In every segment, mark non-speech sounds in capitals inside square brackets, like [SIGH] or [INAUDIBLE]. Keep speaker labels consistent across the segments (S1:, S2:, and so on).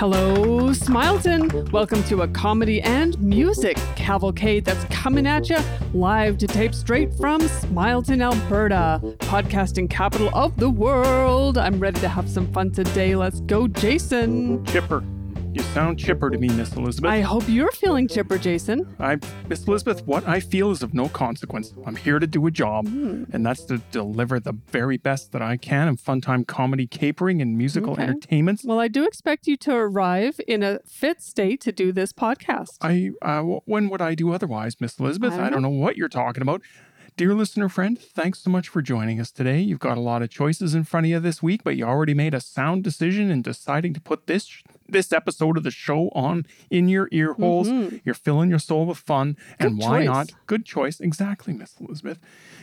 S1: Hello, Smileton. Welcome to a comedy and music cavalcade that's coming at you live to tape straight from Smileton, Alberta, podcasting capital of the world. I'm ready to have some fun today. Let's go, Jason.
S2: Chipper. You sound chipper to me, Miss Elizabeth.
S1: I hope you're feeling chipper, Jason.
S2: I, Miss Elizabeth, what I feel is of no consequence. I'm here to do a job, and that's to deliver the very best that I can in fun time comedy, capering, and musical
S1: Okay.
S2: entertainments.
S1: Well, I do expect you to arrive in a fit state to do this podcast.
S2: I, uh, w- when would I do otherwise, Miss Elizabeth?
S1: I
S2: I
S1: don't
S2: don't, know what you're talking about. Dear listener friend, thanks so much for joining us today. You've got a lot of choices in front of you this week, but you already made a sound decision in deciding to put this this episode of the show on in your ear holes. You're filling your soul with fun, and
S1: Good
S2: why
S1: choice.
S2: not? Good choice, exactly, Miss Elizabeth.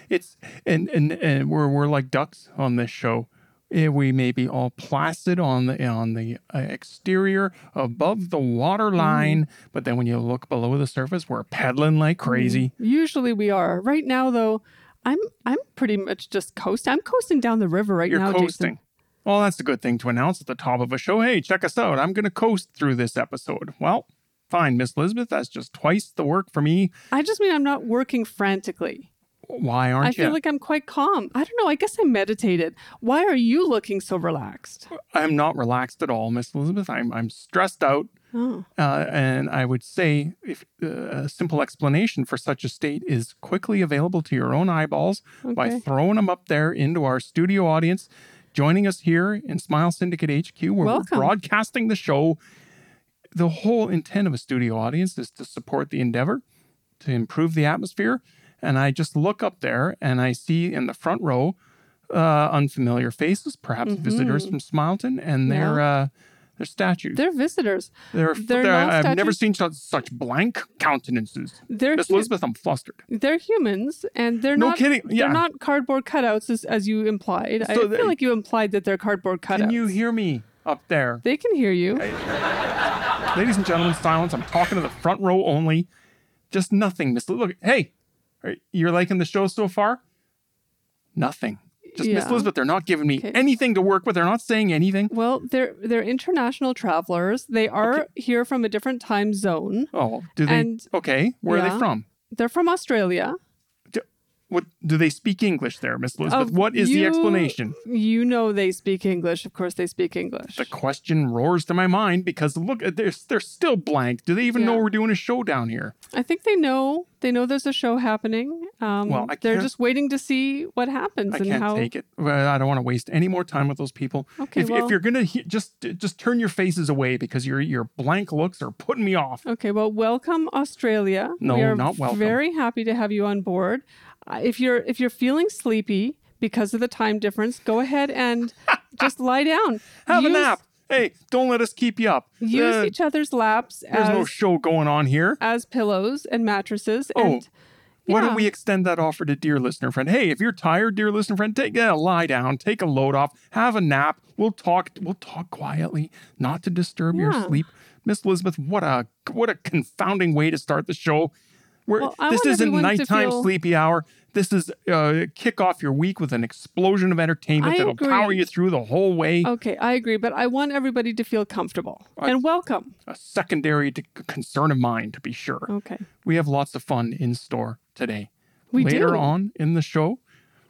S2: It's and and and we're we're like ducks on this show. Eh, We may be all placid on the on the uh, exterior above the water line,
S1: Mm.
S2: but then when you look below the surface, we're peddling like crazy.
S1: Usually we are. Right now, though, I'm I'm pretty much just coasting. I'm coasting down the river right
S2: You're
S1: now,
S2: coasting.
S1: Jason.
S2: Well, that's a good thing to announce at the top of a show. Hey, check us out. I'm going to coast through this episode. Well, fine, Miss Elizabeth. That's just twice the work for me.
S1: I just mean I'm not working frantically.
S2: Why
S1: I
S2: aren't you?
S1: feel like I'm quite calm. I don't know. I guess I meditated. Why are you looking so relaxed?
S2: I'm not relaxed at all, Miss Elizabeth. I'm I'm stressed out,
S1: Oh.
S2: uh, and I would say if uh, a simple explanation for such a state is quickly available to your own eyeballs
S1: Okay.
S2: by throwing them up there into our studio audience, joining us here in Smile Syndicate HQ, where
S1: Welcome.
S2: we're broadcasting the show. The whole intent of a studio audience is to support the endeavor, to improve the atmosphere, and I just look up there and I see in the front row uh, unfamiliar faces, perhaps
S1: Mm-hmm.
S2: visitors from Smileton, and their uh, their statues.
S1: They're visitors.
S2: They're,
S1: they're
S2: they're,
S1: not
S2: I've never
S1: statues.
S2: seen such, such blank countenances.
S1: They're
S2: Miss
S1: hu-
S2: Elizabeth, I'm flustered.
S1: They're humans, and they're
S2: No
S1: not.
S2: kidding, yeah.
S1: They're not cardboard cutouts, as, as you implied. I
S2: So
S1: feel
S2: they-
S1: like you implied that they're cardboard cutouts.
S2: Can you hear me up there?
S1: They can hear you.
S2: Ladies and gentlemen, silence. I'm talking to the front row only. Just nothing, Miss. Look, hey, are- you're liking the show so far? Nothing. Just Miss
S1: Yeah.
S2: Elizabeth, they're not giving me
S1: Okay.
S2: anything to work with. They're not saying anything.
S1: Well, they're they're international travelers. They are here from a different time zone.
S2: Oh, do they?
S1: And-
S2: okay, where are
S1: yeah.
S2: they from?
S1: They're from Australia.
S2: Do, what do they speak English there, Miss Elizabeth?
S1: Of
S2: what is the
S1: Oh, you-
S2: explanation?
S1: You know they speak English. Of course, they speak English.
S2: The question roars to my mind because look, uh, they're they're still blank. Do they even know
S1: Yeah.
S2: we're doing a show down here?
S1: I think they know. They know there's a show happening. Um,
S2: Well, I
S1: they're
S2: can't-
S1: just waiting to see what happens
S2: I
S1: and
S2: can't
S1: how.
S2: take it. Well, I don't want to waste any more time with those people.
S1: Okay,
S2: if,
S1: well-
S2: if you're gonna he- just just turn your faces away because your your blank looks are putting me off.
S1: Okay, well, welcome Australia.
S2: No,
S1: we are
S2: not welcome.
S1: Very happy to have you on board. Uh, if you're if you're feeling sleepy because of the time difference, go ahead
S2: [LAUGHS]
S1: and just lie down.
S2: Have
S1: use,
S2: a nap. Hey, don't let us keep you up.
S1: Use
S2: Uh,
S1: each other's laps
S2: there's
S1: as
S2: no show going on here.
S1: as pillows and mattresses.
S2: Oh,
S1: and
S2: Why
S1: yeah.
S2: don't we extend that offer to dear listener friend? Hey, if you're tired, dear listener friend, take yeah, lie down, take a load off, have a nap. We'll talk. We'll talk quietly, not to disturb your
S1: Yeah.
S2: sleep. Miss Elizabeth, what a what a confounding way to start the show. We're,
S1: Well, I
S2: this
S1: want
S2: isn't
S1: everyone to
S2: nighttime
S1: feel-
S2: sleepy hour. This is uh, kick off your week with an explosion of entertainment
S1: I
S2: that'll power
S1: agree. Oh.
S2: you through the whole way.
S1: Okay, I agree, but I want everybody to feel comfortable and welcome.
S2: A secondary to concern of mine, to be sure.
S1: Okay.
S2: we have lots of fun in store today.
S1: We
S2: Later
S1: do.
S2: on in the show,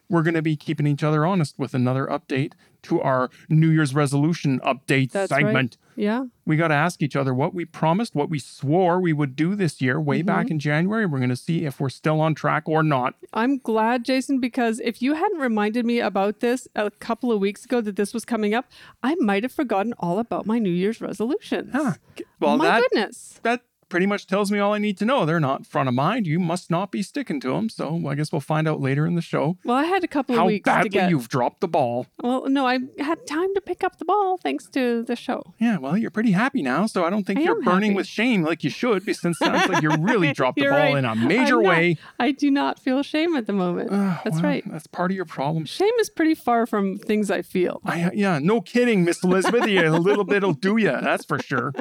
S2: we're going to be keeping each other honest with another update to our New Year's resolution update
S1: That's right.
S2: segment.
S1: Yeah.
S2: We got to ask each other what we promised, what we swore we would do this year way
S1: Mm-hmm.
S2: back in January. We're going to see if we're still on track or not.
S1: I'm glad, Jason, because if you hadn't reminded me about this a couple of weeks ago that this was coming up, I might have forgotten all about my New Year's resolutions.
S2: Huh. Well,
S1: my
S2: that
S1: goodness.
S2: that pretty much tells me all I need to know. They're not front of mind. You must not be sticking to them. So I guess we'll find out later in the show
S1: Well, I had a couple of
S2: how
S1: weeks to
S2: badly
S1: get.
S2: you've dropped the ball.
S1: Well, no, I had time to pick up the ball thanks to the show.
S2: Yeah, well, you're pretty happy now, so I don't think
S1: I
S2: you're
S1: am
S2: burning
S1: happy.
S2: with shame like you should, because it sounds like you
S1: [LAUGHS]
S2: really dropped the
S1: You're
S2: ball
S1: right.
S2: in a major
S1: I'm not-
S2: way.
S1: I do not feel shame at the moment.
S2: Ah,
S1: That's
S2: well,
S1: right.
S2: That's part of your problem.
S1: Shame is pretty far from things I feel. [LAUGHS]
S2: I, yeah, no kidding, Miss Elizabeth. you- a little bit will do you, that's for sure.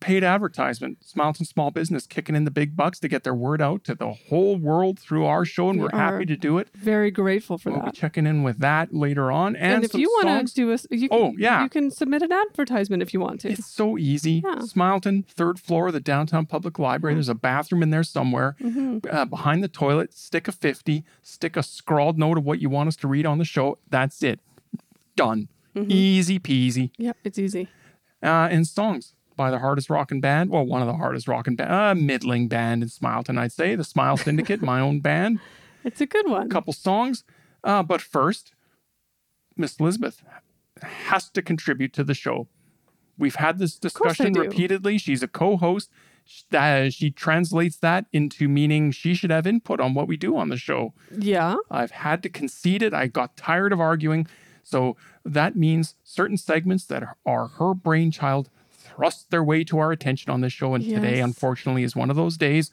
S2: paid advertisement. Smileton Small Business kicking in the big bucks to get their word out to the whole world through our show, and
S1: We
S2: we're
S1: are
S2: happy to do it.
S1: Very grateful for
S2: We'll be
S1: that.
S2: checking in with that later on. And,
S1: And, if
S2: some
S1: you want
S2: songs.
S1: to do a, s- you can,
S2: Oh, yeah.
S1: you can submit an advertisement if you want to.
S2: It's so easy.
S1: Yeah.
S2: Smileton, third floor of the downtown public library. There's a bathroom in there somewhere.
S1: Mhm.
S2: Uh, behind the toilet, stick a 50, stick a scrawled note of what you want us to read on the show. That's it. Done. Easy peasy.
S1: Yep, it's easy.
S2: Uh, and songs by the hardest rockin' band. Well, one of the hardest rockin' band, uh, middling band in Smileton, I'd say. The Smile Syndicate, my own band.
S1: It's a good one.
S2: couple songs. Uh, but first, Miss Elizabeth has to contribute to the show. We've had this
S1: course I
S2: discussion
S1: do.
S2: repeatedly. She's a co host. Uh, she translates that into meaning she should have input on what we do on the show.
S1: Yeah.
S2: I've had to concede it. I got tired of arguing. So that means certain segments that are her brainchild thrust their way to our attention on this show. And today,
S1: Yes.
S2: unfortunately, is one of those days.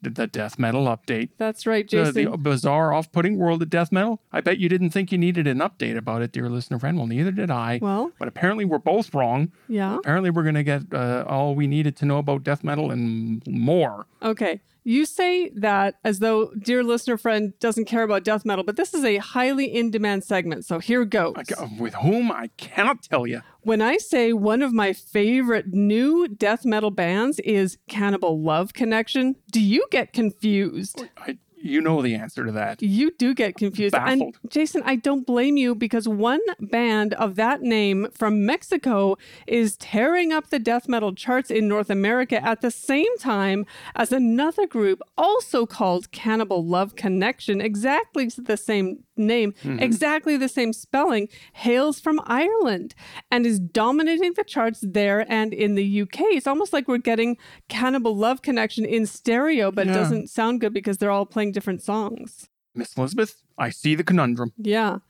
S2: The death metal update
S1: That's right,
S2: Uh, the,
S1: Jason.
S2: the bizarre off-putting world of death metal. I bet you didn't think you needed an update about it, dear listener friend. Well, neither did I.
S1: Well.
S2: but apparently we're both wrong.
S1: yeah.
S2: Apparently we're going to get uh, all we needed to know about death metal and more.
S1: Okay. You say that as though dear listener friend doesn't care about death metal, but this is a highly in demand segment. So here goes.
S2: Like, uh, With whom I cannot tell you.
S1: When I say one of my favorite new death metal bands is Cannibal Love Connection, do you get confused?
S2: I, you know the answer to that.
S1: You do get confused.
S2: Baffled.
S1: And Jason, I don't blame you because one band of that name from Mexico is tearing up the death metal charts in North America at the same time as another group also called Cannibal Love Connection, exactly the same name,
S2: Hmm.
S1: exactly the same spelling, hails from Ireland and is dominating the charts there and in the UK. It's almost like we're getting Cannibal Love Connection in stereo, but it
S2: Yeah.
S1: doesn't sound good because they're all playing different songs.
S2: Miss Elizabeth, I see the conundrum.
S1: Yeah.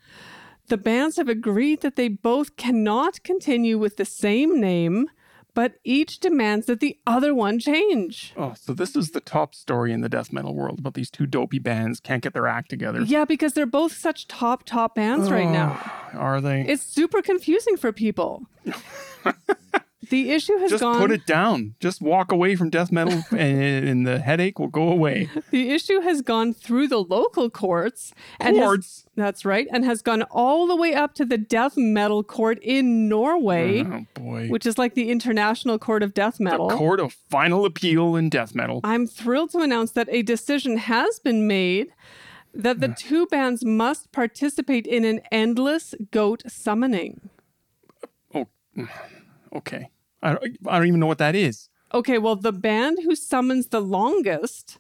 S1: The bands have agreed that they both cannot continue with the same name, but each demands that the other one change.
S2: Oh, so this is the top story in the death metal world about these two dopey bands can't get their act together.
S1: Yeah, because they're both such top, top bands right
S2: Oh.
S1: now.
S2: Are they?
S1: It's super confusing for
S2: [LAUGHS]
S1: people. the issue has
S2: Just
S1: gone.
S2: put it down. Just walk away from death metal [LAUGHS] and, and the headache will go away.
S1: The issue has gone through the local courts and has-
S2: Courts?
S1: that's right, and has gone all the way up to the death metal court in Norway,
S2: Oh boy.
S1: which is like the international court of death metal.
S2: The court of final appeal in death metal.
S1: I'm thrilled to announce that a decision has been made that the two bands must participate in an endless goat summoning.
S2: Okay. I, I don't even know what that is.
S1: Okay, well, the band who summons the longest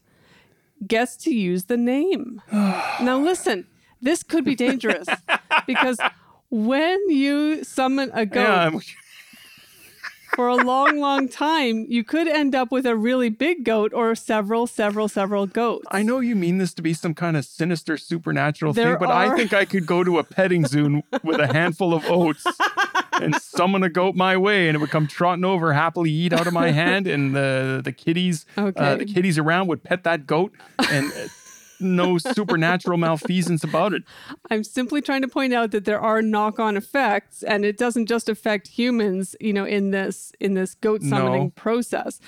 S1: gets to use the name.
S2: [SIGHS]
S1: now, listen, this could be
S2: [LAUGHS]
S1: dangerous because when you summon a goat
S2: Yeah, I'm-
S1: [LAUGHS] for a long, long time, you could end up with a really big goat or several, several, several goats.
S2: I know you mean this to be some kind of sinister supernatural
S1: There
S2: thing, but
S1: are-
S2: I think I could go to a
S1: [LAUGHS]
S2: petting zoo with a handful of oats and summon a goat my way, and it would come trotting over, happily eat out of my hand, and the the kitties,
S1: Okay.
S2: uh, the kitties around would pet that goat, and uh, no supernatural malfeasance about it.
S1: I'm simply trying to point out that there are knock-on effects, and it doesn't just affect humans, you know, in this in this goat summoning
S2: No.
S1: process.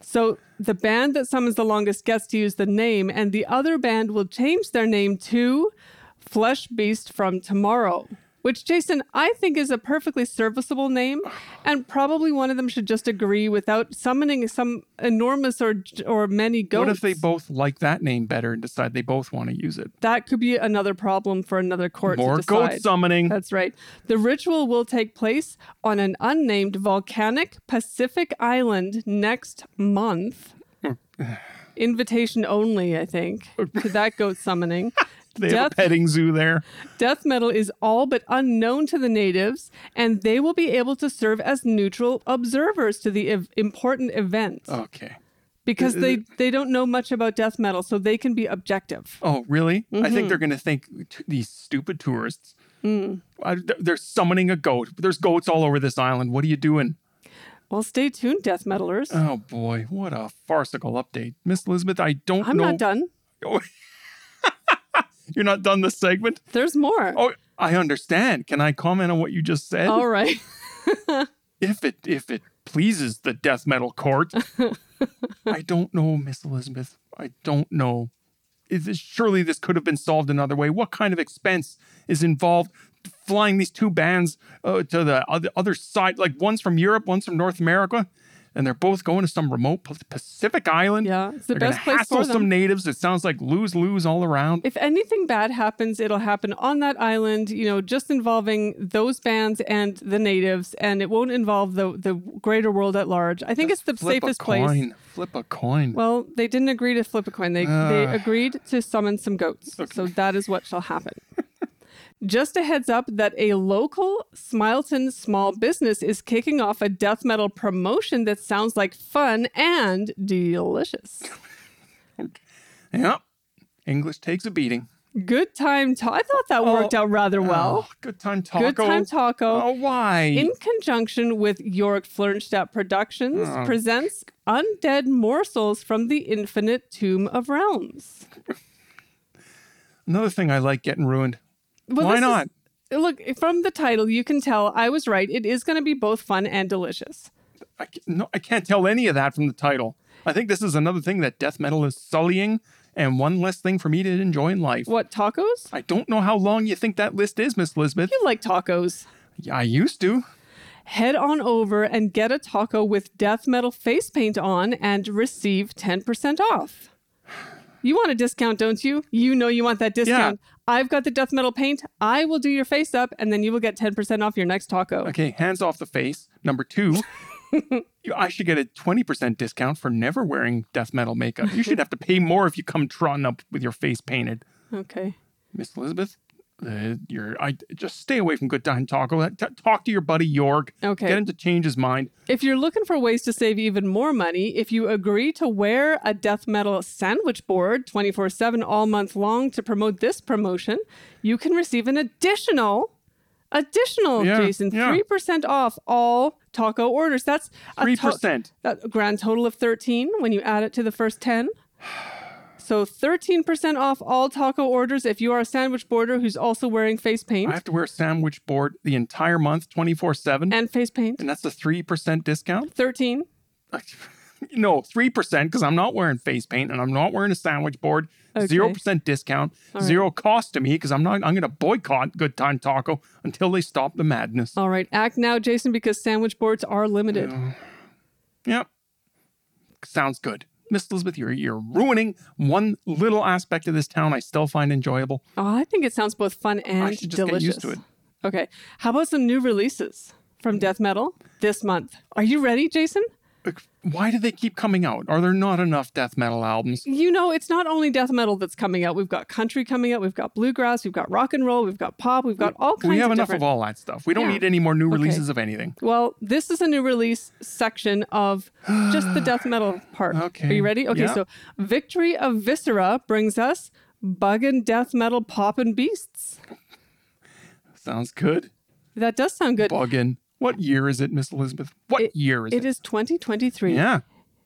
S1: So the band that summons the longest gets to use the name, and the other band will change their name to Flesh Beast from Tomorrow. Which Jason, I think is a perfectly serviceable name, and probably one of them should just agree without summoning some enormous or or many goats.
S2: What if they both like that name better and decide they both want to use it?
S1: that could be another problem for another court
S2: More
S1: to
S2: goat
S1: decide.
S2: summoning.
S1: That's right. The ritual will take place on an unnamed volcanic Pacific island next month.
S2: Hmm.
S1: Invitation only, I think, to that goat summoning.
S2: [LAUGHS] They have a
S1: Death,
S2: petting zoo there.
S1: death metal is all but unknown to the natives, and they will be able to serve as neutral observers to the ev- important event
S2: Okay.
S1: because
S2: Oh. is
S1: they, they don't know much about death metal, so they can be objective.
S2: Oh, really? I
S1: Mm-hmm.
S2: think they're going to think t- these stupid tourists.
S1: Mm.
S2: I- th- they're summoning a goat. There's goats all over this island. What are you doing?
S1: Well, stay tuned, death metalers.
S2: Oh boy, what a farcical update, Miss Elizabeth. I don't
S1: I'm
S2: know.
S1: not done.
S2: You're not done this segment.
S1: There's more.
S2: Oh, I understand. Can I comment on what you just said?
S1: All right.
S2: If it if it pleases the death metal
S1: [LAUGHS]
S2: court. I don't know, Miss Elizabeth. I don't know. Is this, surely this could have been solved another way. What kind of expense is involved flying these two bands uh, to the oth- other side? Like one's from Europe, one's from North America, and they're both going to some remote P- Pacific island.
S1: Yeah, it's the
S2: They're
S1: best
S2: gonna
S1: place
S2: hassle
S1: for them.
S2: some natives. It sounds like lose lose all around.
S1: if anything bad happens, it'll happen on that island, you know, just involving those bands and the natives, and it won't involve the, the greater world at large. I think it's the
S2: Flip
S1: safest
S2: a
S1: place.
S2: coin. Flip a coin.
S1: Well, they didn't agree to flip a coin. They, they
S2: Ugh.
S1: agreed to summon some goats. So that is what shall
S2: [LAUGHS]
S1: happen. Just a heads up that a local Smileton small business is kicking off a death metal promotion that sounds like fun and delicious.
S2: yep. English takes a beating.
S1: Good time. To- I thought that worked out rather well.
S2: Oh, good time Oh, taco.
S1: Good Time Taco,
S2: Oh, why?
S1: in conjunction with Yorick Flernstadt Productions,
S2: Uh-huh.
S1: presents Undead Morsels from the Infinite Tomb of Realms.
S2: Another thing I like getting ruined.
S1: Well,
S2: Why
S1: this is-
S2: not?
S1: look, from the title, you can tell I was right. It is going to be both fun and delicious.
S2: I, ca- no, I can't tell any of that from the title. I think this is another thing that death metal is sullying, and one less thing for me to enjoy in life.
S1: What, tacos?
S2: I don't know how long you think that list is, Miss Elizabeth.
S1: You like tacos.
S2: Yeah, I used to.
S1: Head on over and get a taco with death metal face paint on and receive 10% off. You want a discount, don't you? You know you want that discount. I've got the death metal paint. I will do your face up and then you will get 10% off your next taco.
S2: Okay, hands off the face. Number [LAUGHS] two, you- I should get a 20% discount for never wearing death metal makeup. You should have to pay more if you come trotting up with your face painted.
S1: Okay.
S2: Miss Elizabeth, uh, you're, I, just stay away from Good Time Taco. T- talk to your buddy York.
S1: Okay.
S2: Get him to change his mind.
S1: If you're looking for ways to save even more money, if you agree to wear a death metal sandwich board 24 7 all month long to promote this promotion, you can receive an additional, additional,
S2: Yeah,
S1: Jason,
S2: yeah.
S1: 3% off all taco orders. That's a to-
S2: 3%.
S1: that- a grand total of 13 when you add it to the first 10. [SIGHS] So 13% off all taco orders if you are a sandwich boarder who's also wearing face
S2: I
S1: paint
S2: have to wear a sandwich board the entire month, 24 7.
S1: and face paint.
S2: And that's a 3% discount? [LAUGHS]
S1: 13.
S2: no, 3% because I'm not wearing face paint and I'm not wearing a sandwich board.
S1: Okay.
S2: 0% discount, zero cost to me because I'm not, I'm going to boycott Good Time Taco until they stop the madness.
S1: All right, act now, Jason, because sandwich boards are limited.
S2: Yep. Sounds good. Miss Elizabeth, you're, you're ruining one little aspect of this town I still find enjoyable.
S1: Oh, I think it sounds both fun and
S2: should just get
S1: delicious.
S2: used to
S1: Okay, how about some new releases from death metal this month? Are you ready, Jason?
S2: Like, Why do they keep coming out? Are there not enough death metal albums?
S1: You know, it's not only death metal that's coming out. We've got country coming out. We've got bluegrass. We've got rock and roll. We've got pop. We've got all kinds.
S2: We have
S1: of
S2: enough
S1: different...
S2: of all that stuff. We don't
S1: Yeah.
S2: need any more new
S1: Okay.
S2: releases of anything.
S1: Well, this is a new release section of just the death
S2: [GASPS]
S1: metal part.
S2: Okay.
S1: Are you ready? Okay,
S2: Yeah.
S1: so Victory of Viscera brings us Buggin' Death Metal Poppin' Beasts.
S2: Sounds good.
S1: That does sound good.
S2: Buggin. What year is it, Miss Elizabeth? What
S1: It-
S2: year is it?
S1: It is 2023.
S2: Yeah.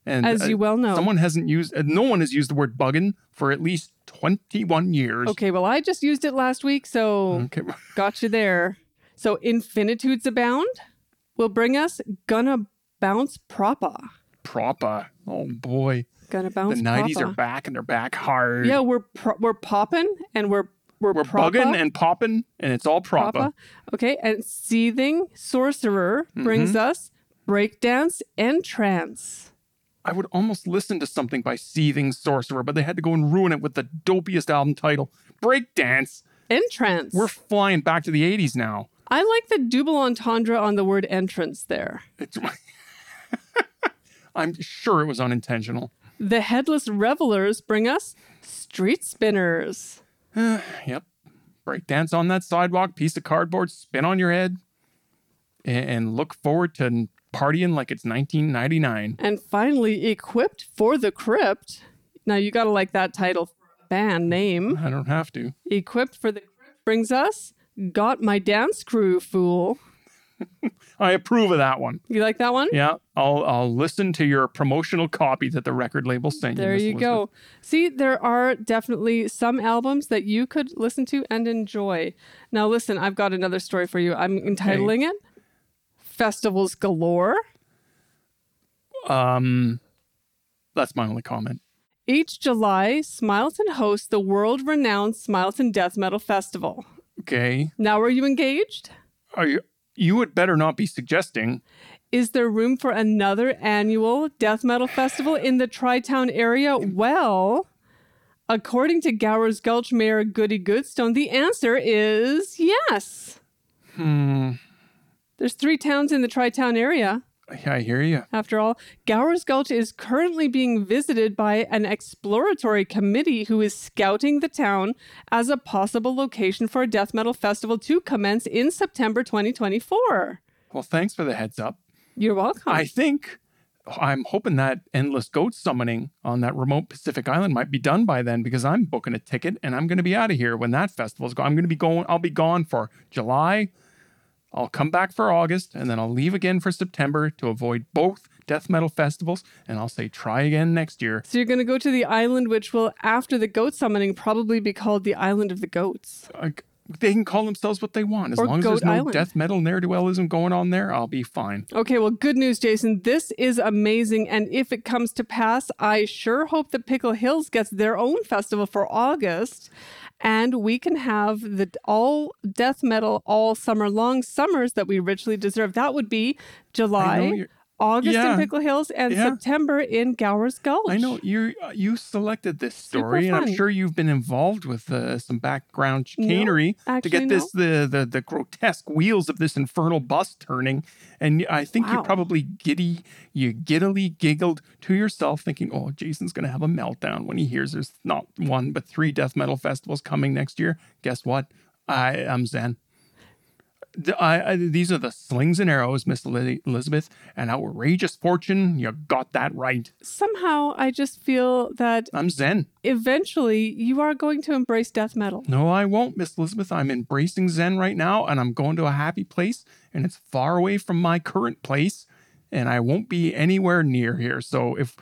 S2: And uh,
S1: As you well know.
S2: someone hasn't used, uh, no one has used the word buggin for at least 21 years.
S1: Okay, well, I just used it last week, so
S2: Okay.
S1: got you there. So, Infinitudes Abound will bring us Gonna Bounce Propa.
S2: Proper. Oh boy.
S1: Gonna
S2: The
S1: Bounce
S2: 90s
S1: Propa.
S2: are back and they're back hard.
S1: Yeah, we're pro- we're popping and we're we're,
S2: We're bugging and popping and it's all proper.
S1: Propa. Okay, and Seething Sorcerer brings
S2: Mm-hmm.
S1: us Breakdance and Trance.
S2: I would almost listen to something by Seething Sorcerer, but they had to go and ruin it with the dopiest album title, Breakdance.
S1: Entrance.
S2: We're flying back to the 80s now.
S1: I like the double entendre on the word entrance there.
S2: It's, [LAUGHS] I'm sure it was unintentional.
S1: The Headless Revelers bring us Street Spinners.
S2: Yep. Breakdance on that sidewalk, piece of cardboard, spin on your head, a- and, look forward to n- partying like it's 1999.
S1: And finally, Equipped for the Crypt. Now, you got to like that title band name.
S2: I don't have to.
S1: Equipped for the Crypt brings us Got My Dance Crew Fool.
S2: I approve of that one.
S1: You like that one?
S2: Yeah, I'll I'll listen to your promotional copy that the record label sent
S1: There
S2: Miss
S1: you
S2: Elizabeth.
S1: go. See, there are definitely some albums that you could listen to and enjoy. Now, listen, I've got another story for you. I'm entitling it Festivals Galore.
S2: Um, that's my only comment.
S1: Each July, Smileton hosts the world renowned Smileton Death Metal Festival.
S2: Okay.
S1: Now, are you engaged?
S2: Are you, you would better not be suggesting.
S1: Is there room for another annual death metal festival in the Tri Town area? Well, according to Gowers Gulch Mayor Goody Goodstone, the answer is yes.
S2: Hmm.
S1: There's three towns in the Tri Town area.
S2: I hear you.
S1: After all, Gowers Gulch is currently being visited by an exploratory committee who is scouting the town as a possible location for a death metal festival to commence in September 2024.
S2: Well, thanks for the heads up.
S1: You're welcome.
S2: I think I'm hoping that endless goat summoning on that remote Pacific island might be done by then because I'm booking a ticket and I'm going to be out of here when that festival's gone. I'm going to be going. I'll be gone for July. I'll come back for August and then I'll leave again for September to avoid both death metal festivals. And I'll say try again next year.
S1: so you're going to go to the island, which will, after the goat summoning, probably be called the Island of the Goats.
S2: I- they can call themselves what they want as
S1: Or
S2: long as
S1: Goat
S2: there's no
S1: Island.
S2: death metal ne'er do wellism going on there. I'll be fine.
S1: Okay, well, good news, Jason. This is amazing. And if it comes to pass, I sure hope that Pickle Hills gets their own festival for August. And we can have the all death metal all summer long summers that we richly deserve. That would be July,
S2: you're-
S1: August
S2: Yeah.
S1: in Pickle Hills, and
S2: Yeah.
S1: September in Gowers Gulch.
S2: I know you you selected this
S1: Super
S2: story, and I'm
S1: fun.
S2: sure you've been involved with uh, some background chicanery to
S1: actually,
S2: get this the, the the grotesque wheels of this infernal bus turning. And I think
S1: Wow.
S2: you probably giddy you giddily giggled to yourself, thinking, "Oh, Jason's going to have a meltdown when he hears there's not one but three death metal festivals coming next year." Guess what? I am Zen. The- I, I, these are the slings and arrows, Miss Li- Elizabeth, and outrageous fortune. You got that right.
S1: Somehow, I just feel that
S2: I'm Zen.
S1: eventually you are going to embrace death metal.
S2: No, I won't, Miss Elizabeth. I'm embracing Zen right now and I'm going to a happy place and it's far away from my current place and I won't be anywhere near here. So if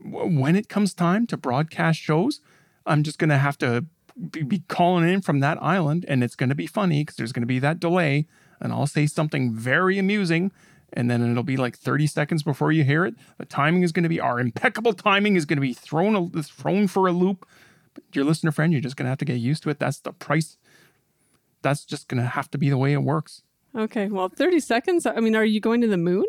S2: w- when it comes time to broadcast shows, I'm just going to have to be, be calling in from that island and it's going to be funny because there's going to be that delay and I'll say something very amusing and then it'll be like 30 seconds before you hear it. The timing is going to be our impeccable timing is going to be thrown a- thrown for a loop your listener friend, you're just gonna have to get used to it. That's the price. That's just gonna have to be the way it works.
S1: Okay, well, 30 seconds. I mean, are you going to the moon?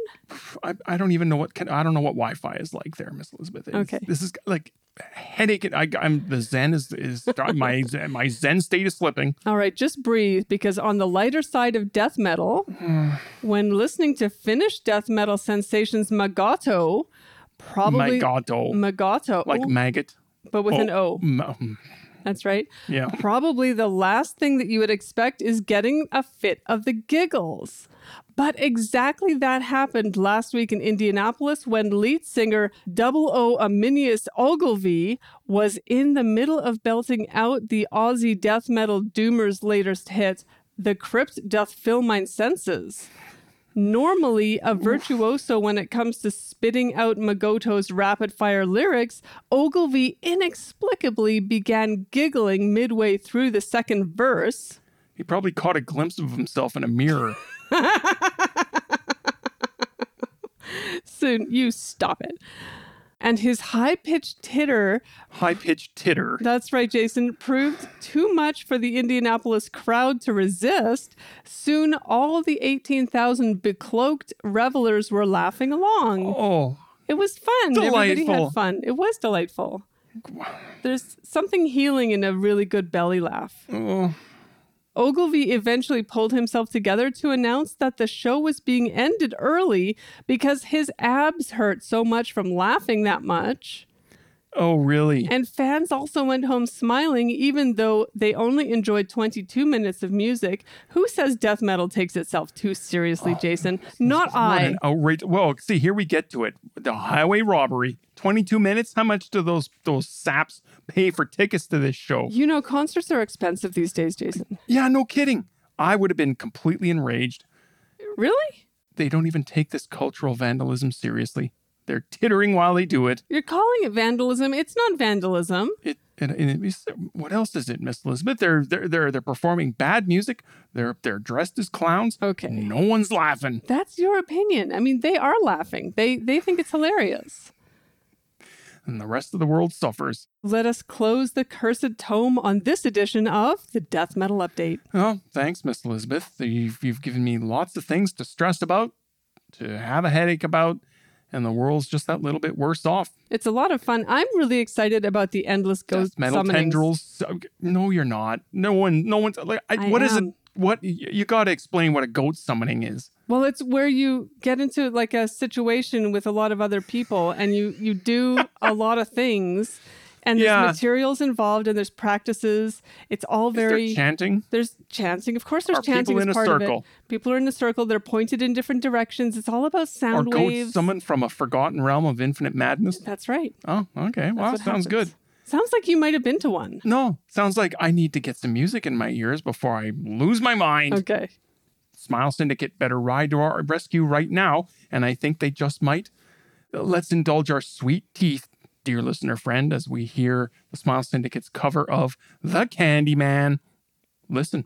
S2: I, I don't even know what can, I don't know what Wi-Fi is like there, Miss Elizabeth. It's-
S1: Okay.
S2: this is like headache. I, I'm the Zen is is my Zen- my Zen state is slipping.
S1: All right, just breathe because on the lighter side of death metal, when listening to Finnish death metal sensations Magato,
S2: my
S1: probably
S2: God, oh,
S1: Magato,
S2: like maggot.
S1: but with an O.
S2: Mm,
S1: That's right.
S2: Yeah.
S1: [LAUGHS] Probably the last thing that you would expect is getting a fit of the giggles. But exactly that happened last week in Indianapolis when lead singer Double O Aminius Ogilvy was in the middle of belting out the Aussie death metal Doomer's latest hit, The Crypt Doth Fill Mine Senses. Normally, a virtuoso when it comes to spitting out Magoto's rapid fire lyrics, Ogilvy inexplicably began giggling midway through the second verse.
S2: He probably caught a glimpse of himself in a mirror.
S1: Soon, you stop it. And his high pitched titter,
S2: High pitched titter.
S1: that's right, Jason, proved too much for the Indianapolis crowd to resist. Soon, all the 18,000 becloaked revelers were laughing along.
S2: Oh,
S1: It was fun. Everybody
S2: Delightful.
S1: had fun. It was delightful. There's something healing in a really good belly laugh.
S2: oh,
S1: Ogilvy eventually pulled himself together to announce that the show was being ended early because his abs hurt so much from laughing that much.
S2: oh, really?
S1: And fans also went home smiling, even though they only enjoyed 22 minutes of music. Who says death metal takes itself too seriously, Jason? Not
S2: Oh, What
S1: I.
S2: an outrage! Well, see, here we get to it. The highway robbery. Twenty-two minutes. How much do those those saps pay for tickets to this show?
S1: you know, concerts are expensive these days, Jason.
S2: Yeah, no kidding. I would have been completely enraged.
S1: Really?
S2: They don't even take this cultural vandalism seriously. They're tittering while they do it.
S1: You're calling it vandalism. It's not vandalism.
S2: It And, and it's- what else is it, Miss Elizabeth? They're they're they're they're performing bad music. They're they're dressed as clowns.
S1: Okay.
S2: No one's laughing.
S1: That's your opinion. I mean, they are laughing. They they think it's hilarious.
S2: And the rest of the world suffers.
S1: Let us close the cursed tome on this edition of the Death Metal Update.
S2: Oh, thanks, Miss Elizabeth. You've, you've given me lots of things to stress about, to have a headache about, and the world's just that little bit worse off.
S1: It's a lot of fun. I'm really excited about the endless ghost
S2: Death metal
S1: summonings.
S2: tendrils. so- No, you're not. No one. No one's like. I,
S1: I
S2: what is
S1: am.
S2: it? What y- you got to explain what a goat summoning is?
S1: Well, it's where you get into like a situation with a lot of other people and you you do a lot of things and
S2: Yeah.
S1: there's materials involved and there's practices. It's all
S2: Is there
S1: very
S2: chanting.
S1: there's chanting. Of course there's
S2: Are people
S1: chanting
S2: in
S1: as
S2: a
S1: part of
S2: circle?
S1: it. People are in a circle, they're pointed in different directions. It's all about
S2: Or
S1: sound
S2: goats
S1: waves.
S2: summoned from a forgotten realm of infinite madness.
S1: That's right.
S2: Oh, okay.
S1: That's what
S2: Wow, sounds
S1: happens.
S2: good.
S1: Sounds like you might have been to one.
S2: No, sounds like I need to get some music in my ears before I lose my mind.
S1: Okay.
S2: Smile Syndicate better ride to our rescue right now, and I think they just might. Let's indulge our sweet teeth, dear listener friend, as we hear the Smile Syndicate's cover of The Candyman. Listen.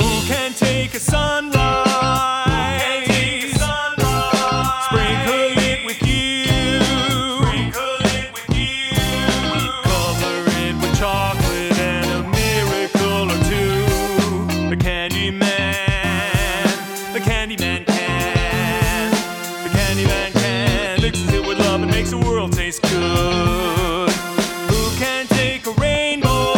S3: Who can take a sunlight? Sprinkle it with you. Cover it with chocolate and a miracle or two. The Candyman, the Candyman can, the Candyman can mixes it with love and makes the world taste good. Who can take a rainbow?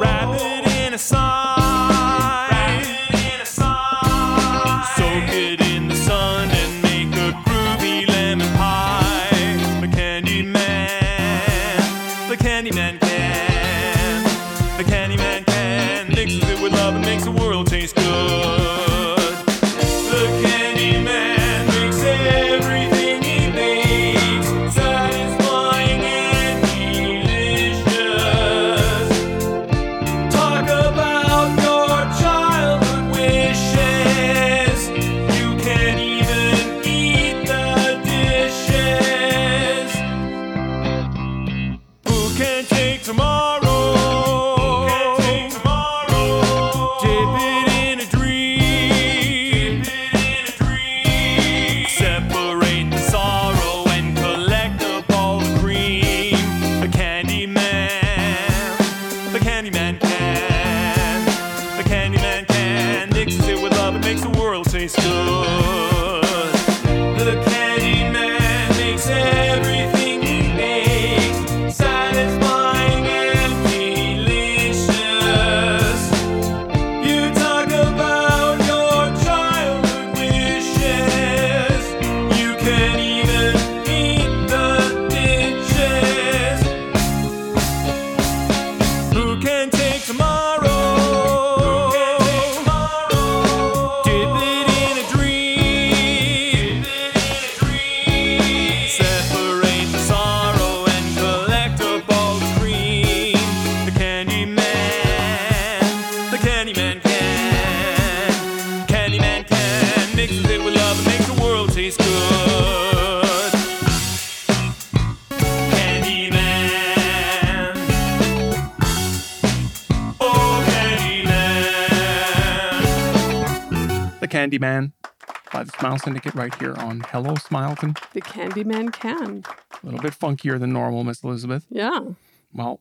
S3: Wrap it in a sign. Soak it in the sun and make a groovy lemon pie. The candy man. The candy man can. The candy man can. Mixes it with love and makes the world taste good. The candy man makes everything he makes satisfying and delicious. Talk about your childhood wishes. You can even eat the dishes. Who can take tomorrow? Dip it in a dream. Separate the sorrow and collect up all the cream. The candy man. The candy man can. The candy man can. Mixes it with love, it makes the world taste good. The candy man makes everything he makes satisfying and delicious. You talk about your childhood wishes. You can even eat the dishes. Who can take tomorrow? Dip it in a dream. Separate the sorrow and collect up all the cream. The candy man, the candy man can. Candy man can. Mixes it with love and makes the world taste good. Candy man. Oh, Candyman.
S2: The Candyman by the Smile Syndicate right here on Hello Smileton.
S1: The Candyman can.
S2: A little bit funkier than normal, Miss Elizabeth.
S1: Yeah.
S2: Well,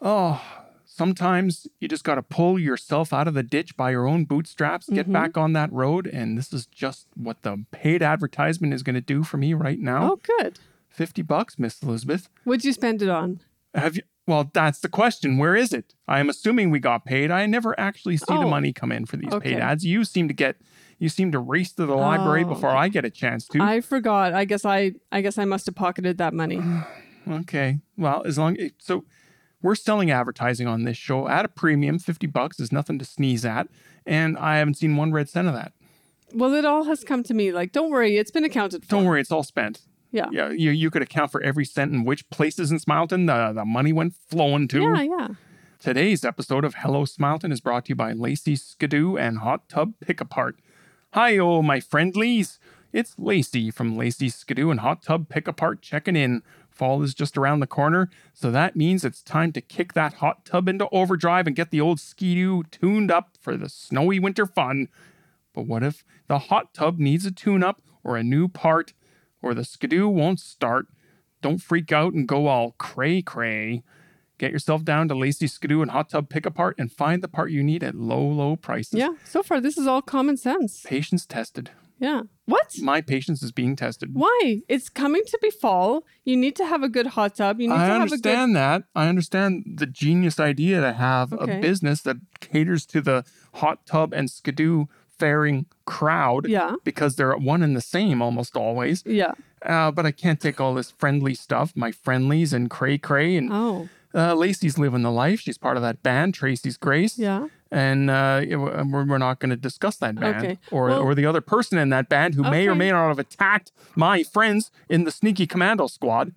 S2: oh, sometimes you just got to pull yourself out of the ditch by your own bootstraps, get back
S1: Mm-hmm.
S2: on that road. And this is just what the paid advertisement is going to do for me right now.
S1: Oh, good.
S2: 50 bucks, Miss Elizabeth.
S1: What'd you spend it on?
S2: Have you? Well, that's the question. Where is it? I am assuming we got paid. I never actually see the
S1: Oh,
S2: money come in for these
S1: okay.
S2: paid ads. You seem to get, you seem to race to the library
S1: Oh,
S2: before I get a chance to.
S1: I forgot. I guess I I guess I must have pocketed that
S2: [SIGHS]
S1: money.
S2: Okay. Well, as long so we're selling advertising on this show at a premium, 50 bucks is nothing to sneeze at, and I haven't seen one red cent of that.
S1: Well, it all has come to me. Like, don't worry, it's been accounted for.
S2: Don't worry, it's all spent.
S1: Yeah.
S2: Yeah, you, you could account for every cent in which places in Smileton the, the money went flowing to.
S1: Yeah, yeah.
S2: Today's episode of Hello Smileton is brought to you by Lacey Skidoo and Hot Tub Pick Apart. Hi, oh, my friendlies. It's Lacey from Lacey Skidoo and Hot Tub Pick Apart checking in. Fall is just around the corner, so that means it's time to kick that hot tub into overdrive and get the old skidoo tuned up for the snowy winter fun. But what if the hot tub needs a tune up or a new part or the skidoo won't start? Don't freak out and go all cray cray. Get yourself down to Lacey Skidoo and Hot Tub Pick Apart and find the part you need at low, low prices.
S1: Yeah. So far, this is all common sense.
S2: Patience tested.
S1: Yeah. What?
S2: My patience is being tested.
S1: Why? It's coming to be fall. You need to have a good hot tub. You need
S2: I
S1: to have a
S2: understand that. I understand the genius idea to have
S1: Okay.
S2: a business that caters to the hot tub and skidoo faring crowd
S1: good. Yeah.
S2: because they're one and the same almost always.
S1: Yeah.
S2: Uh, but I can't take all this friendly stuff, my friendlies and cray cray. And
S1: Oh.
S2: uh, Lacey's living the life. She's part of that band, Tracy's Grace.
S1: Yeah.
S2: and uh, it- we're we're not going to discuss that band
S1: Okay.
S2: or,
S1: Well-
S2: or the other person in that band who may or
S1: Okay.
S2: may not have attacked my friends in the sneaky commando squad.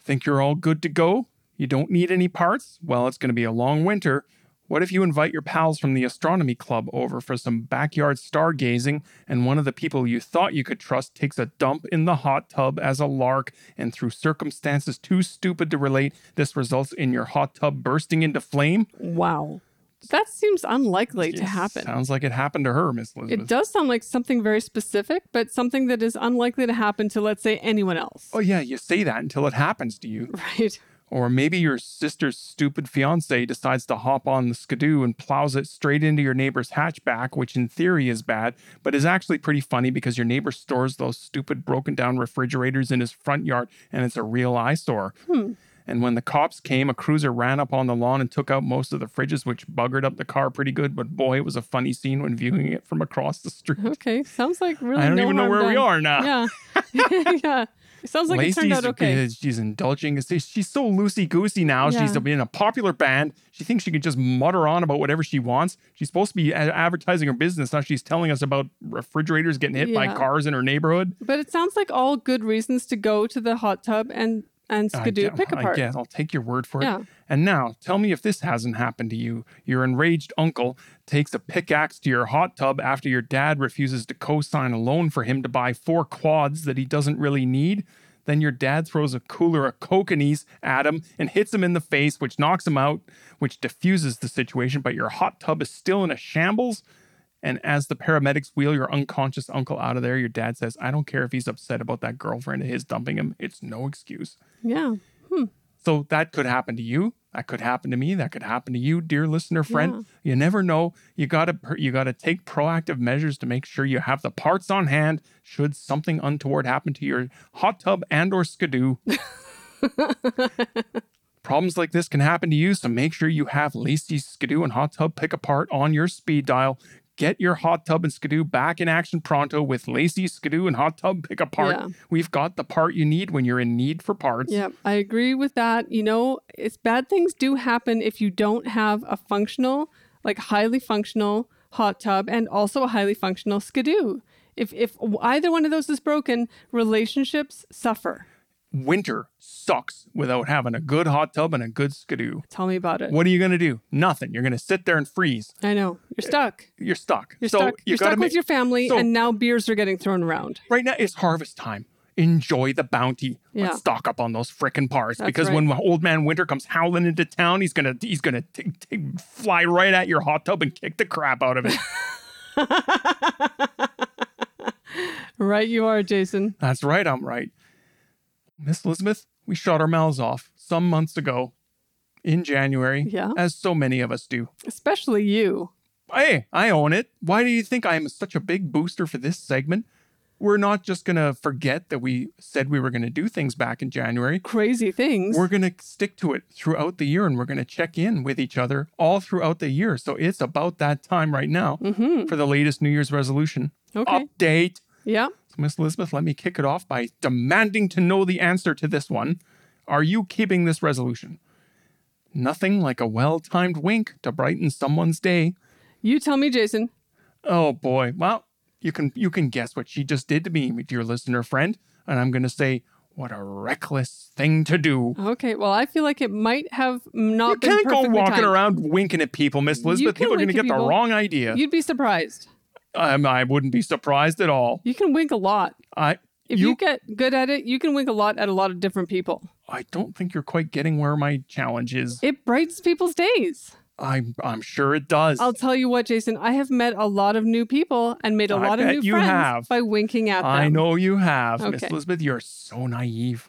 S2: Think you're all good to go? You don't need any parts? Well, it's going to be a long winter. What if you invite your pals from the astronomy club over for some backyard stargazing, and one of the people you thought you could trust takes a dump in the hot tub as a lark, and through circumstances too stupid to relate, this results in your hot tub bursting into flame?
S1: Wow. That seems unlikely to
S2: Yes,
S1: happen.
S2: Sounds like it happened to her, Miss Elizabeth.
S1: It does sound like something very specific, but something that is unlikely to happen to, let's say, anyone else.
S2: Oh yeah, you say that until it happens to you.
S1: [LAUGHS] Right.
S2: Or maybe your sister's stupid fiance decides to hop on the skidoo and plows it straight into your neighbor's hatchback, which in theory is bad, but is actually pretty funny because your neighbor stores those stupid broken down refrigerators in his front yard and it's a real eyesore.
S1: Hmm.
S2: And when the cops came, a cruiser ran up on the lawn and took out most of the fridges, which buggered up the car pretty good. But boy, it was a funny scene when viewing it from across the street.
S1: Okay. Sounds like really.
S2: I don't
S1: no
S2: even know
S1: harm
S2: where we
S1: done.
S2: are now.
S1: [LAUGHS] Yeah. yeah. It sounds like it turned
S2: Lacey's-
S1: out okay.
S2: is- she's indulging. See, She's so loosey goosey now. She's
S1: Yeah.
S2: in a popular band. She thinks she can just mutter on about whatever she wants. She's supposed to be a- advertising her business. Now she's telling us about refrigerators getting hit by
S1: Yeah.
S2: cars in her neighborhood.
S1: But it sounds like all good reasons to go to the hot tub and and
S2: I
S1: skidoo
S2: gue-
S1: pick
S2: I
S1: apart.
S2: guess I'll take your word for
S1: Yeah.
S2: it. And now, tell me if this hasn't happened to you. Your enraged uncle takes a pickaxe to your hot tub after your dad refuses to co sign a loan for him to buy four quads that he doesn't really need. Then your dad throws a cooler of coconuts at him and hits him in the face, which knocks him out, which diffuses the situation. But your hot tub is still in a shambles. And as the paramedics wheel your unconscious uncle out of there, your dad says, I don't care if he's upset about that girlfriend of his dumping him. It's no excuse.
S1: Yeah.
S2: So that could happen to you. That could happen to me. That could happen to you, dear listener friend. You never know. You gotta per- you gotta take proactive measures to make sure you have the parts on hand should something untoward happen to your hot tub and or skidoo. Problems like this can happen to you, so make sure you have Lacey Skidoo and Hot Tub Pick Apart on your speed dial. Get your hot tub and skidoo back in action pronto with Lacey Skidoo and Hot Tub Pick Apart.
S1: Yeah.
S2: We've got the part you need when you're in need for parts.
S1: Yeah, I agree with that. You know, it's bad things do happen if you don't have a functional, like highly functional hot tub and also a highly functional skidoo. If if either one of those is broken, relationships suffer.
S2: winter sucks without having a good hot tub and a good skidoo.
S1: Tell me about it.
S2: What are you going to do? Nothing. You're going to sit there and freeze.
S1: I know. You're stuck.
S2: You're stuck.
S1: You're
S2: so
S1: stuck.
S2: You
S1: You're
S2: gotta
S1: stuck with
S2: make-
S1: your family
S2: so-
S1: and now beers are getting thrown around.
S2: Right now, it's harvest time. Enjoy the bounty.
S1: Yeah.
S2: Let's stock up on those frickin' parts
S1: That's
S2: because
S1: right.
S2: when old man winter comes howling into town, he's gonna he's gonna t- t- fly right at your hot tub and kick the crap out
S1: [LAUGHS]
S2: of it.
S1: Right you are, Jason.
S2: That's right. I'm right. Miss Elizabeth, we shut our mouths off some months ago in January,
S1: Yeah.
S2: as so many of us do.
S1: Especially you.
S2: hey, I own it. Why do you think I'm such a big booster for this segment? We're not just going to forget that we said we were going to do things back in January.
S1: Crazy things.
S2: We're going to stick to it throughout the year and we're going to check in with each other all throughout the year. So it's about that time right now for the latest New Year's resolution
S1: Okay.
S2: update.
S1: yeah.
S2: So, Miss Elizabeth, let me kick it off by demanding to know the answer to this one. Are you keeping this resolution? Nothing like a well timed wink to brighten someone's day.
S1: You tell me, Jason.
S2: Oh boy. Well, you can you can guess what she just did to me, dear listener friend, and I'm going to say What a reckless thing to do.
S1: Okay, well, I feel like it might have not
S2: You
S1: been
S2: can't go
S1: perfectly
S2: walking
S1: timed.
S2: around winking at people, Miss Elizabeth.
S1: can
S2: People are going to
S1: wink
S2: get
S1: at
S2: the
S1: people.
S2: wrong idea.
S1: You'd be surprised.
S2: um, I wouldn't be surprised at all.
S1: You can wink a lot.
S2: I
S1: If you,
S2: You-
S1: get good at it, you can wink a lot at a lot of different people.
S2: I don't think you're quite getting where my challenge is.
S1: It brightens people's days.
S2: I'm I'm sure it does.
S1: I'll tell you what, Jason, I have met a lot of new people and made a
S2: I
S1: lot of
S2: bet
S1: new
S2: you
S1: friends
S2: have.
S1: by winking at them.
S2: I know you have, Miss
S1: Okay.
S2: Elizabeth. You're
S1: [LAUGHS]
S2: so naive.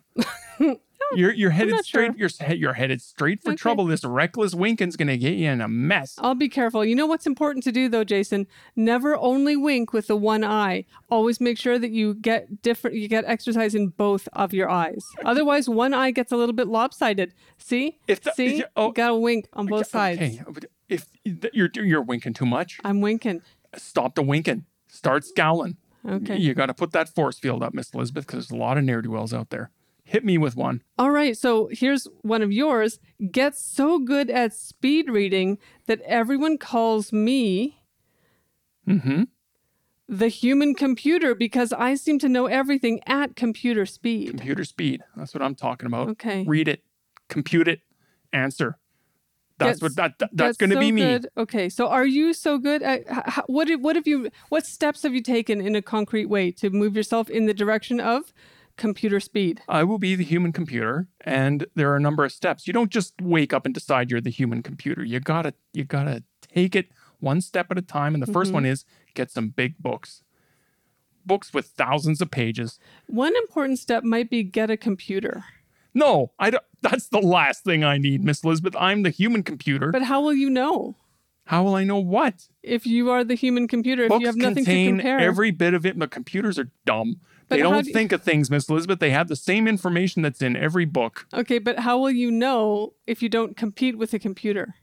S2: you're you're headed
S1: not
S2: straight. You're s- you're headed straight for
S1: Okay.
S2: trouble. This reckless winking's going to get you in a mess.
S1: I'll be careful. You know what's important to do though, Jason? Never only wink with the one eye. Always make sure that you get different you get exercise in both of your eyes. Otherwise, one eye gets a little bit lopsided. See?
S2: If the-
S1: See?
S2: yeah, oh,
S1: you gotta wink on both sides.
S2: Okay, but if you're you're winking too much,
S1: I'm winking.
S2: stop the winking. Start scowling.
S1: Okay.
S2: You got to put that force field up, Miss Elizabeth, because there's a lot of ne'er do wells out there. Hit me with one.
S1: All right, so here's one of yours. Get so good at speed reading that everyone calls me
S2: Mm-hmm.
S1: the human computer because I seem to know everything at computer speed.
S2: Computer speed. That's what I'm talking about.
S1: Okay.
S2: Read it, compute it, answer. That's
S1: Gets-
S2: what that, that- that's
S1: Get
S2: going to
S1: so
S2: be me.
S1: good- Okay, so are you so good at h- h- what? have- What have you? What steps have you taken in a concrete way to move yourself in the direction of computer speed?
S2: I will be the human computer, and there are a number of steps. You don't just wake up and decide you're the human computer. You gotta you gotta take it one step at a time. And the
S1: Mm-hmm.
S2: first one is get some big books, books with thousands of pages.
S1: One important step might be get a computer.
S2: No, I don't, [LAUGHS] that's the last thing I need, Miss Elizabeth. I'm the human computer.
S1: But how will you know
S2: How will I know what?
S1: if you are the human computer if
S2: Books
S1: you have nothing to
S2: contain
S1: compare?
S2: every bit of it, but computers are dumb.
S1: But
S2: they
S1: how
S2: don't
S1: do you-
S2: think of things, Miss Elizabeth. They have the same information that's in every book.
S1: okay, but how will you know if you don't compete with a computer?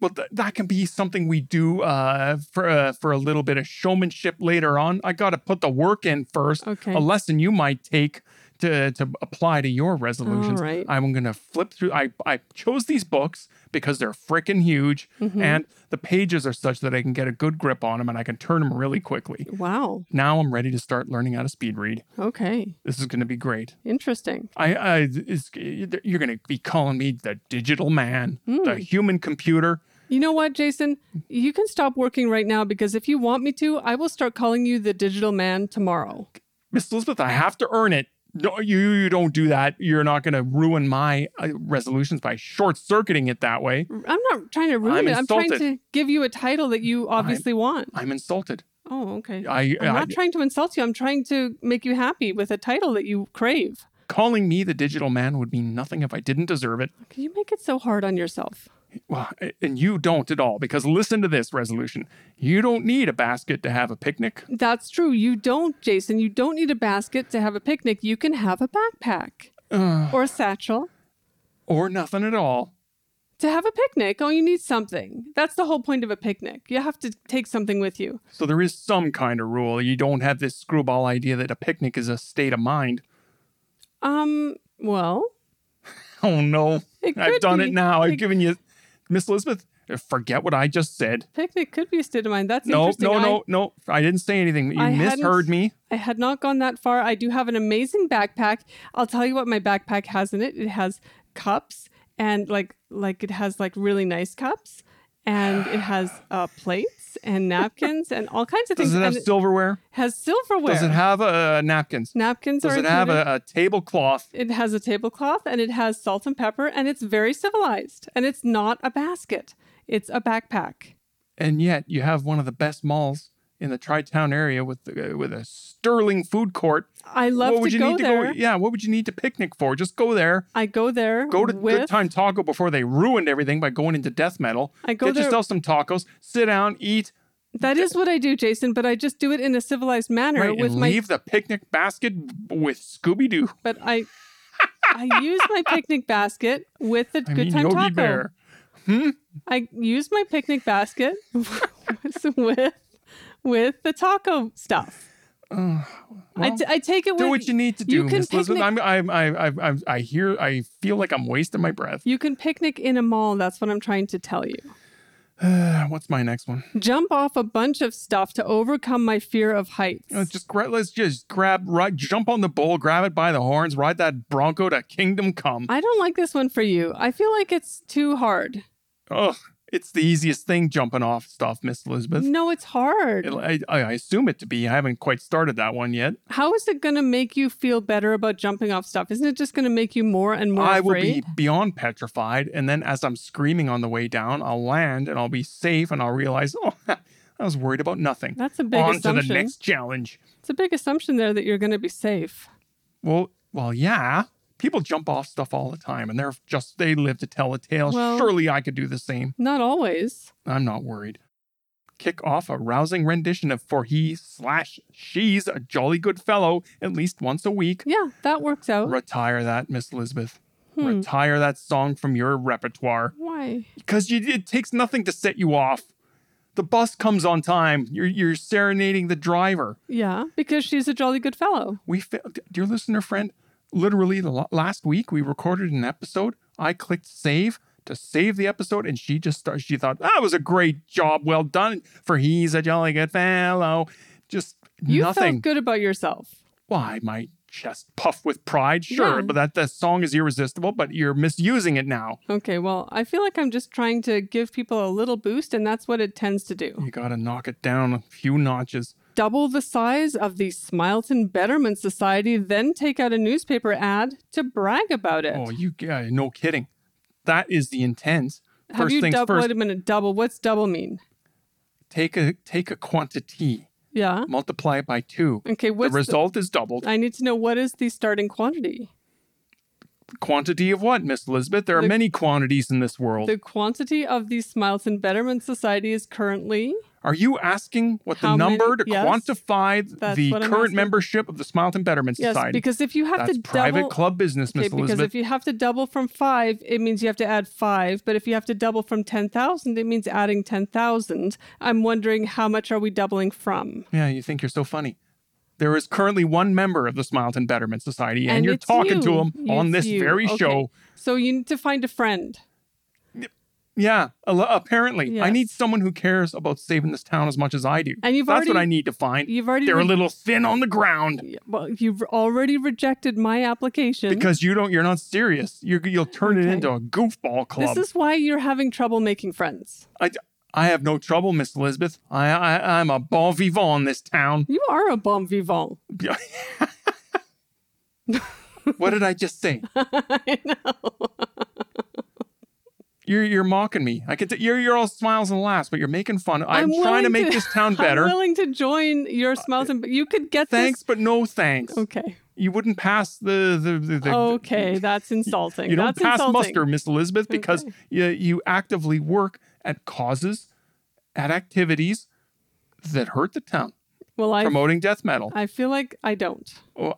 S2: Well, th- that can be something we do uh, for uh, for a little bit of showmanship later on. I got to put the work in first.
S1: Okay.
S2: A lesson you might take to to apply to your resolutions.
S1: All right.
S2: I'm gonna flip through. I I chose these books because they're freaking huge, and the pages are such that I can get a good grip on them and I can turn them really quickly.
S1: Wow.
S2: Now I'm ready to start learning how to speed read.
S1: Okay.
S2: This is gonna be great.
S1: Interesting.
S2: I, I it's, you're gonna be calling me the digital man, the human computer.
S1: You know what, Jason? You can stop working right now because if you want me to, I will start calling you the digital man tomorrow.
S2: Miss Elizabeth, I have to earn it. No, you, you don't do that. You're not going to ruin my uh, resolutions by short circuiting it that way.
S1: I'm not trying to ruin
S2: I'm
S1: it. I'm trying
S2: insulted.
S1: to give you a title that you obviously want.
S2: I'm insulted.
S1: Oh, okay.
S2: I,
S1: I'm
S2: I
S1: not trying to insult you. I'm trying to make you happy with a title that you crave.
S2: calling me the digital man would mean nothing if I didn't deserve it.
S1: Can you make it so hard on yourself?
S2: Well, and you don't at all because listen to this resolution. You don't need a basket to have a picnic.
S1: That's true. You don't, Jason. You don't need a basket to have a picnic. You can have a backpack or a satchel
S2: or nothing at all.
S1: to have a picnic. Oh, you need something. That's the whole point of a picnic. You have to take something with you.
S2: So there is some kind of rule. You don't have this screwball idea that a picnic is a state of mind.
S1: Um, well,
S2: Oh no.
S1: It
S2: I've
S1: could
S2: done
S1: be.
S2: it now. I've
S1: It-
S2: given you Miss Elizabeth, forget what I just said.
S1: picnic could be a state of mind. That's
S2: No,
S1: interesting.
S2: no,
S1: I-
S2: no, no. I didn't say anything. You
S1: I hadn't-
S2: misheard me.
S1: I had not gone that far. I do have an amazing backpack. I'll tell you what my backpack has in it. It has cups and like like it has like really nice cups and it has uh, plates
S2: [LAUGHS]
S1: and napkins and all kinds of things.
S2: Does it have
S1: and it
S2: silverware?
S1: has silverware.
S2: Does it have uh, napkins?
S1: napkins
S2: Does
S1: are
S2: it have
S1: included.
S2: a, a tablecloth?
S1: it has a tablecloth and it has salt and pepper and it's very civilized and it's not a basket. It's a backpack.
S2: And yet you have one of the best malls in the tri-town area with the, uh, with a sterling food court.
S1: I love
S2: what would
S1: to
S2: you
S1: go
S2: need to
S1: there.
S2: go? Yeah, what would you need to picnic for? Just go there.
S1: I go there.
S2: Go to
S1: with
S2: Good Time Taco before they ruined everything by going into death metal.
S1: I go
S2: Get
S1: there-
S2: yourself some tacos. Sit down, eat,
S1: That is what I do, Jason, but I just do it in a civilized manner
S2: right,
S1: with
S2: and
S1: my
S2: leave the picnic basket with Scooby Doo.
S1: but I I use my picnic basket with the
S2: [LAUGHS] I
S1: good
S2: mean,
S1: time
S2: Yogi
S1: taco.
S2: Bear.
S1: I use my picnic basket [LAUGHS] with with the taco stuff. I
S2: Uh, well,
S1: t- I take it
S2: do
S1: with
S2: what you need to do,
S1: you can
S2: Miss Elizabeth.
S1: picnic-
S2: I'm, I'm, I'm, I'm, I'm, I hear, I feel like I'm wasting my breath. [SIGHS]
S1: You can picnic in a mall. That's what I'm trying to tell you.
S2: What's my next one?
S1: Jump off a bunch of stuff to overcome my fear of heights.
S2: Let's Oh, just gra- let's just grab right, jump on the bull, grab it by the horns, ride that bronco to kingdom come.
S1: I don't like this one for you. I feel like it's too hard.
S2: Ugh, it's the easiest thing jumping off stuff, Miss Elizabeth.
S1: No, it's hard.
S2: It- I, I assume it to be. I haven't quite started that one yet.
S1: How is it going to make you feel better about jumping off stuff? Isn't it just going to make you more and more
S2: I will be
S1: afraid?
S2: beyond petrified, and then as I'm screaming on the way down, I'll land and I'll be safe, and I'll realize, [LAUGHS] oh, I was worried about nothing.
S1: That's a big
S2: on to the
S1: assumption.
S2: next challenge.
S1: It's a big assumption there that you're going to be safe.
S2: Well, well, yeah. People jump off stuff all the time, and they're just they live to tell a tale.
S1: Well-
S2: Surely I could do the same.
S1: Not always.
S2: I'm not worried. Kick off a rousing rendition of For He slash She's a Jolly Good Fellow at least once a week.
S1: Yeah, that works out.
S2: Retire that, Miss Elizabeth.
S1: Oh. Hmm.
S2: Retire that song from your repertoire
S1: Why?
S2: because it takes nothing to set you off. The bus comes on time. You're, you're serenading the driver.
S1: Yeah, because she's a jolly good fellow.
S2: We, fa- dear listener friend, literally the la- last week we recorded an episode. I clicked save to save the episode, and she just started. She thought that was a great job, well done for he's a jolly good fellow. Just
S1: You
S2: nothing.
S1: felt good about yourself.
S2: Why my chest puff with pride? Sure,
S1: Yeah.
S2: but that the song is irresistible. But you're misusing it now.
S1: Okay, well, I feel like I'm just trying to give people a little boost, and that's what it tends to do.
S2: You got to knock it down a few notches.
S1: Double the size of the Smileton Betterment Society, then take out a newspaper ad to brag about it.
S2: Oh, you uh, no kidding. That is the intent.
S1: Have
S2: first
S1: you
S2: things
S1: dou-
S2: first.
S1: Wait a minute, double. What's double mean?
S2: Take a take a quantity,
S1: Yeah.
S2: multiply it by two.
S1: Okay, what's
S2: the result is doubled.
S1: I need to know what is the starting quantity?
S2: quantity of what, Miss Elizabeth? There are
S1: The-
S2: many quantities in this world.
S1: The quantity of the Smileton Betterment Society is currently
S2: are you asking what the
S1: How many-
S2: number to
S1: yes,
S2: quantify
S1: that's
S2: the
S1: what I'm
S2: current
S1: asking.
S2: membership of the Smileton Betterment
S1: yes,
S2: Society?
S1: because if you have
S2: That's
S1: to
S2: private
S1: double
S2: club business,
S1: okay,
S2: Miss
S1: because
S2: Elizabeth.
S1: if you have to double from five, it means you have to add five. But if you have to double from ten thousand, it means adding ten thousand. I'm wondering how much are we doubling from?
S2: yeah, you think you're so funny. There is currently one member of the Smileton Betterment Society, and,
S1: And
S2: you're
S1: it's
S2: talking to
S1: you.
S2: him on
S1: It's
S2: this
S1: you.
S2: very
S1: Okay.
S2: show.
S1: So you need to find a friend.
S2: Yeah, a lo- apparently. I
S1: Yes.
S2: need someone who cares about saving this town as much as I do.
S1: And you've
S2: That's what
S1: already-
S2: I need to find.
S1: You've already
S2: They're
S1: re-
S2: a little thin on the ground
S1: well, you've already rejected my application.
S2: because you don't. You're not serious. You're, you'll turn it
S1: Hmm? Okay.
S2: into a goofball club.
S1: this is why you're having trouble making friends.
S2: I, I have no trouble, Miss Elizabeth. I, I I'm a bon vivant in this town. [LAUGHS]
S1: You are a bon vivant.
S2: what did I just say?
S1: [LAUGHS] I know.
S2: You're you're mocking me. I can. T- you're you're all smiles and laughs, but you're making fun. I'm,
S1: I'm
S2: trying to
S1: willing
S2: make
S1: to-
S2: this town
S1: [LAUGHS] I'm
S2: better. Uh,
S1: willing to join your Smelton, but you could get
S2: Thanks, but no thanks.
S1: this. Okay.
S2: You wouldn't pass the the the. the
S1: Okay, that's insulting.
S2: You don't
S1: that's
S2: pass
S1: insulting.
S2: muster, Miss Elizabeth, because
S1: Okay.
S2: you, you actively work at causes, at activities that hurt the town,
S1: Well, I
S2: promoting death metal.
S1: I feel like I don't.
S2: Oh,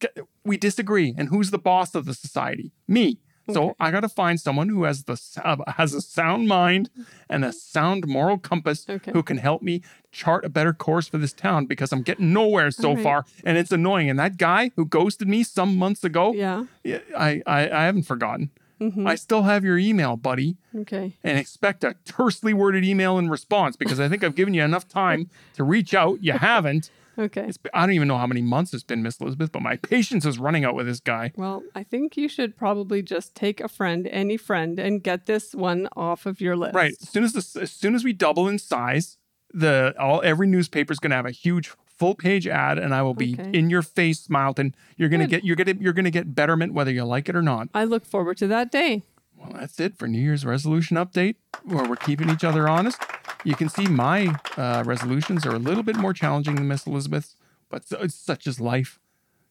S2: c- we disagree. And who's the boss of the society? Me. So I got to find someone who has the s- uh, has a sound mind and a sound moral compass
S1: Okay.
S2: who can help me chart a better course for this town because I'm getting nowhere so
S1: All right.
S2: far and it's annoying. And that guy who ghosted me some months ago,
S1: Yeah.
S2: yeah, I, I I haven't forgotten.
S1: Mhm.
S2: I still have your email, buddy,
S1: Okay.
S2: and expect a tersely worded email in response because I think I've given you enough time to reach out. You haven't.
S1: Okay.
S2: It's been, I don't even know how many months it's been, Miss Elizabeth, but my patience is running out with this guy.
S1: Well, I think you should probably just take a friend, any friend, and get this one off of your list.
S2: Right. As soon as this, as soon as we double in size, the all every newspaper's going to have a huge full page ad, and I will be
S1: Okay.
S2: in your face, Smileton. You're going to
S1: Good.
S2: get you're going to you're going to get betterment whether you like it or not.
S1: I look forward to that day.
S2: Well, that's it for New Year's resolution update, where we're keeping each other honest. You can see my uh, resolutions are a little bit more challenging than Miss Elizabeth's, but so, such is life.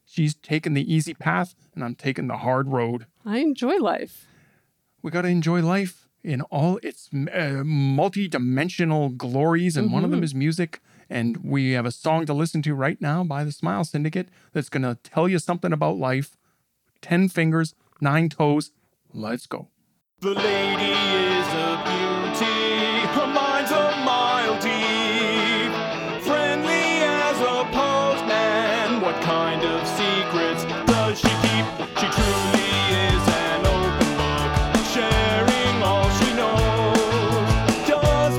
S2: She's taken the easy path, and I'm taking the hard road.
S1: I enjoy life.
S2: we got to enjoy life in all its uh, multi-dimensional glories and one of them is music and we have a song to listen to right now by the smile syndicate that's going to tell you something about life 10 fingers 9 toes let's go
S3: The lady is a beauty, her mind's a mildy, friendly as a postman. What kind of secrets does she keep? She truly is an open book, sharing all she knows. Does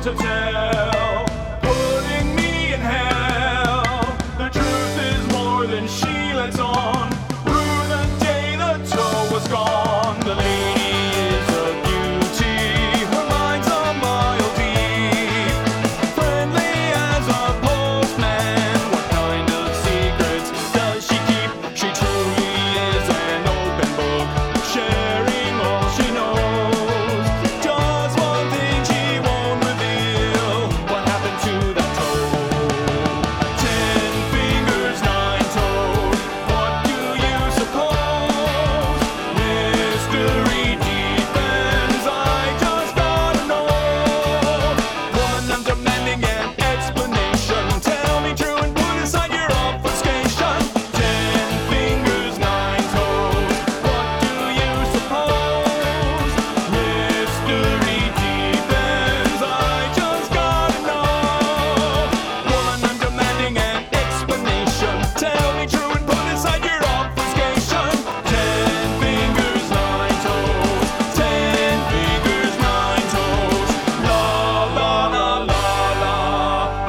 S3: hell, putting me in hell. The truth is more than she lets on. Rue the day the toe was gone. The lady is a beauty, her mind's a mile deep. Friendly as a postman, what kind of secrets does she keep? She truly is an open book, sharing all she knows. Just one thing she won't reveal. What happened to that toe? Ten fingers, nine toes. What do you suppose? Mystery deepens. I just gotta know. One, I'm demanding an explanation. Tell me true and put aside your obfuscation. Ten fingers, nine toes. What do you suppose? Mystery deepens. I just gotta know. One, I'm demanding an explanation. Tell me true and put aside your obfuscation. Ten fingers, nine toes. Ten fingers, nine toes. La la la la la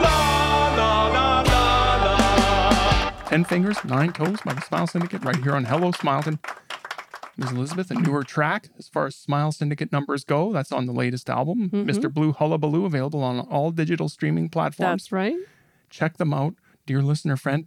S3: la la la la la.
S2: 10 Fingers, Nine Toes by the Smile Syndicate right here on Hello Smileton. Ms. Elizabeth,
S1: Mm-hmm.
S2: a newer track as far as Smile Syndicate numbers go. That's on the latest album,
S1: Mm-hmm.
S2: Mr. Blue Hullabaloo, available on all digital streaming platforms.
S1: That's right.
S2: Check them out, dear listener friend.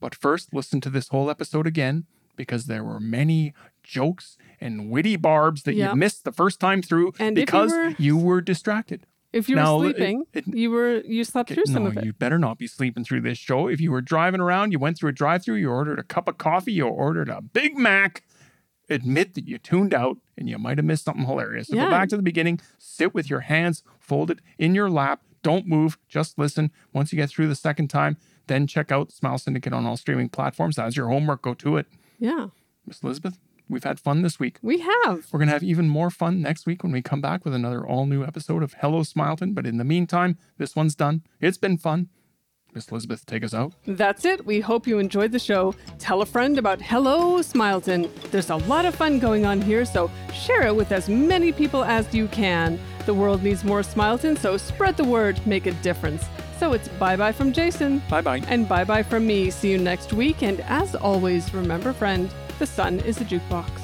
S2: But first, listen to this whole episode again because there were many jokes and witty barbs that
S1: Yeah.
S2: you missed the first time through
S1: And if you
S2: because
S1: were-
S2: you were distracted.
S1: If you
S2: Now,
S1: were
S2: it-
S1: sleeping,
S2: it-
S1: you were you slept through some
S2: no,
S1: of it.
S2: you better not be sleeping through this show. If you were driving around, you went through a drive through, you ordered a cup of coffee, you ordered a Big Mac, admit that you tuned out and you might have missed something hilarious. So
S1: Yeah.
S2: go back to the beginning, sit with your hands folded in your lap, don't move, just listen. Once you get through the second time, then check out Smile Syndicate on all streaming platforms. That's your homework. Go to it.
S1: Yeah,
S2: Miss Elizabeth, we've had fun this week.
S1: we have.
S2: We're going to have even more fun next week when we come back with another all new episode of Hello Smileton. But in the meantime, this one's done. It's been fun. Miss Elizabeth, take us out.
S1: That's it. We hope you enjoyed the show. Tell a friend about Hello Smileton. There's a lot of fun going on here, so share it with as many people as you can. The world needs more Smileton, so spread the word, make a difference. So it's bye bye from Jason.
S2: Bye bye.
S1: And bye bye from me. See you next week. And as always, remember, friend, the sun is a jukebox.